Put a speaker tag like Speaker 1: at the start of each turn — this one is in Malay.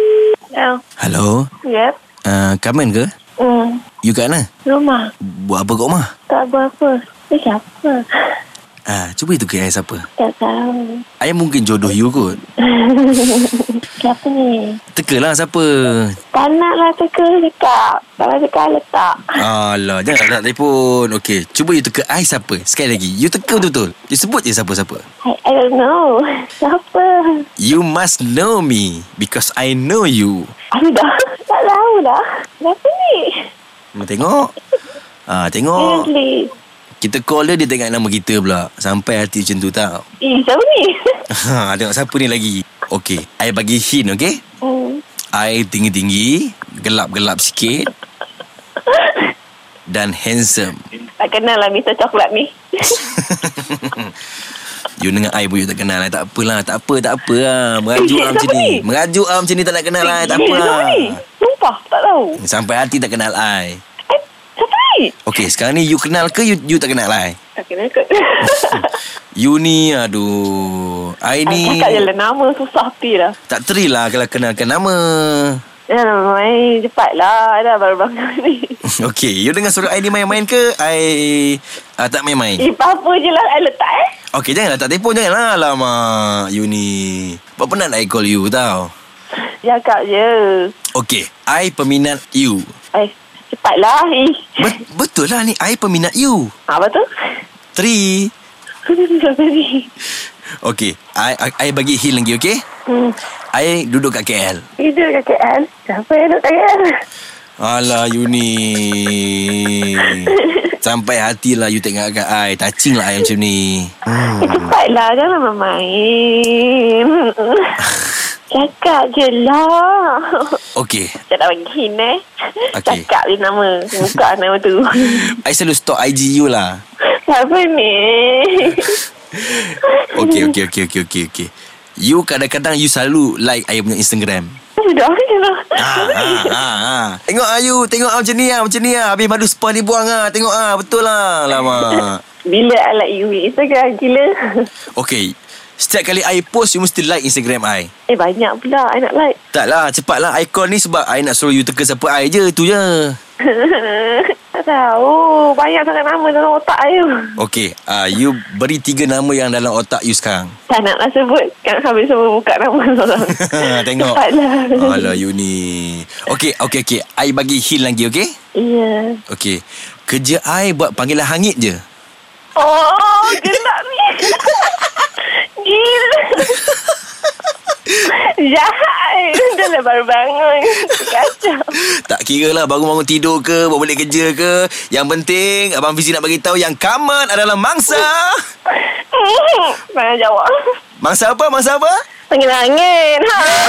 Speaker 1: Hello.
Speaker 2: Hello
Speaker 1: Yep.
Speaker 2: uh, Carmen ke?
Speaker 1: Hmm.
Speaker 2: You kat mana?
Speaker 1: Rumah.
Speaker 2: Buat apa kat rumah?
Speaker 1: Tak buat apa. Ni siapa?
Speaker 2: Ah, cuba itu kira siapa
Speaker 1: Tak tahu.
Speaker 2: Ayah mungkin jodoh you kot
Speaker 1: Siapa ni?
Speaker 2: Tekalah siapa
Speaker 1: Tak nak lah teka letak. Tak nak teka letak.
Speaker 2: Alah Jangan nak telefon Okay Cuba you teka I siapa Sekali lagi You teka betul-betul You sebut je siapa-siapa
Speaker 1: I, I don't know. Siapa?
Speaker 2: You must know me Because I know you
Speaker 1: Aku dah tak tahu dah. Siapa ni?
Speaker 2: Mau tengok Ah, Tengok
Speaker 1: Seriously.
Speaker 2: Kita call dia Dia tengok nama kita pula Sampai hati macam tu tak
Speaker 1: Eh, siapa ni?
Speaker 2: Ha, tengok siapa ni lagi Okay I bagi hint okay
Speaker 1: Hmm.
Speaker 2: Air tinggi-tinggi Gelap-gelap sikit Dan handsome
Speaker 1: Tak kenal lah Mr. Coklat ni.
Speaker 2: You dengan I pun you tak kenal I Tak apalah Tak apa tak apa lah Merajuk
Speaker 1: Eh,
Speaker 2: lah macam
Speaker 1: siapa
Speaker 2: ni
Speaker 1: ni?
Speaker 2: Merajuk lah macam ni Tak nak kenal I Tak
Speaker 1: Eh,
Speaker 2: apa lah
Speaker 1: Siapa ni? Sumpah, tak tahu.
Speaker 2: Sampai hati tak kenal I
Speaker 1: Eh, siapa ni?
Speaker 2: Okay sekarang ni You kenal ke You, you tak kenal I
Speaker 1: Tak kenal kot.
Speaker 2: You ni Aduh I
Speaker 1: Aku
Speaker 2: ni
Speaker 1: tak je lah nama susah hati lah.
Speaker 2: Tak teri lah Kalau kenalkan nama
Speaker 1: Ya, nama main cepatlah. Dah baru bangun ni.
Speaker 2: Hmm. Okay You dengan suara I ni main-main ke I uh, Tak main-main
Speaker 1: Eh, apa je lah I letak eh.
Speaker 2: Okey jangan letak telefon janganlah Alamak You ni Buat penat lah I call you tau
Speaker 1: Cakap je.
Speaker 2: Okey I peminat you
Speaker 1: Eh, cepatlah. Eh. Ha,
Speaker 2: Bet- Betul lah ni I peminat you
Speaker 1: Apa tu?
Speaker 2: Three
Speaker 1: Siapa ni?
Speaker 2: Okey I, I, I bagi hint lagi okey
Speaker 1: Hmm.
Speaker 2: I duduk kat KL
Speaker 1: Tidur kat KL. Siapa yang duduk kat Eh, KL?
Speaker 2: Alah you ni Sampai hatilah you tengok kat I Touching lah I macam ni Hmm.
Speaker 1: Eh, cepatlah. Jangan main-main. Cakap je lah.
Speaker 2: Okey
Speaker 1: Saya tak bagi hint eh.
Speaker 2: Okey.
Speaker 1: Cakap je nama. Buka nama tu.
Speaker 2: I selalu stalk IG you lah
Speaker 1: Siapa ni?
Speaker 2: Okey okey okey okey okey okey You kadang-kadang you selalu like I punya Instagram
Speaker 1: Sudah je lah.
Speaker 2: Ah, ah, ah, ah. Tengok Ayu Tengok ah, macam ni ah, Macam ni ah. Habis madu spa dibuang ah. Tengok ah, Betul lah Lama
Speaker 1: Bila I like you Instagram gila
Speaker 2: Okay Setiap kali I post You mesti like Instagram I
Speaker 1: Eh banyak pula I nak like
Speaker 2: Tak lah Cepat lah I call ni sebab I nak suruh you teka siapa I je Tu je
Speaker 1: Tak tahu Oh, Banyak sangat nama dalam otak I tu
Speaker 2: Okay uh, You beri tiga nama Yang dalam otak you sekarang
Speaker 1: Tak nak lah sebut Kan habis semua buka nama
Speaker 2: Tengok
Speaker 1: Cepatlah
Speaker 2: Alah you ni Okay okay okay I bagi hint lagi okay
Speaker 1: Ya
Speaker 2: Okay Kerja I buat panggilan hangit je
Speaker 1: Oh gelap ni Gila Jahat Dah lah baru bangun Kacau
Speaker 2: Tak kira lah baru bangun tidur ke, baru balik kerja ke. Yang penting Abang Fizi nak bagi tahu yang Kaman adalah mangsa.
Speaker 1: Hmm, Jangan jawab
Speaker 2: Mangsa apa? Mangsa apa?
Speaker 1: Panggil angin Ha lah.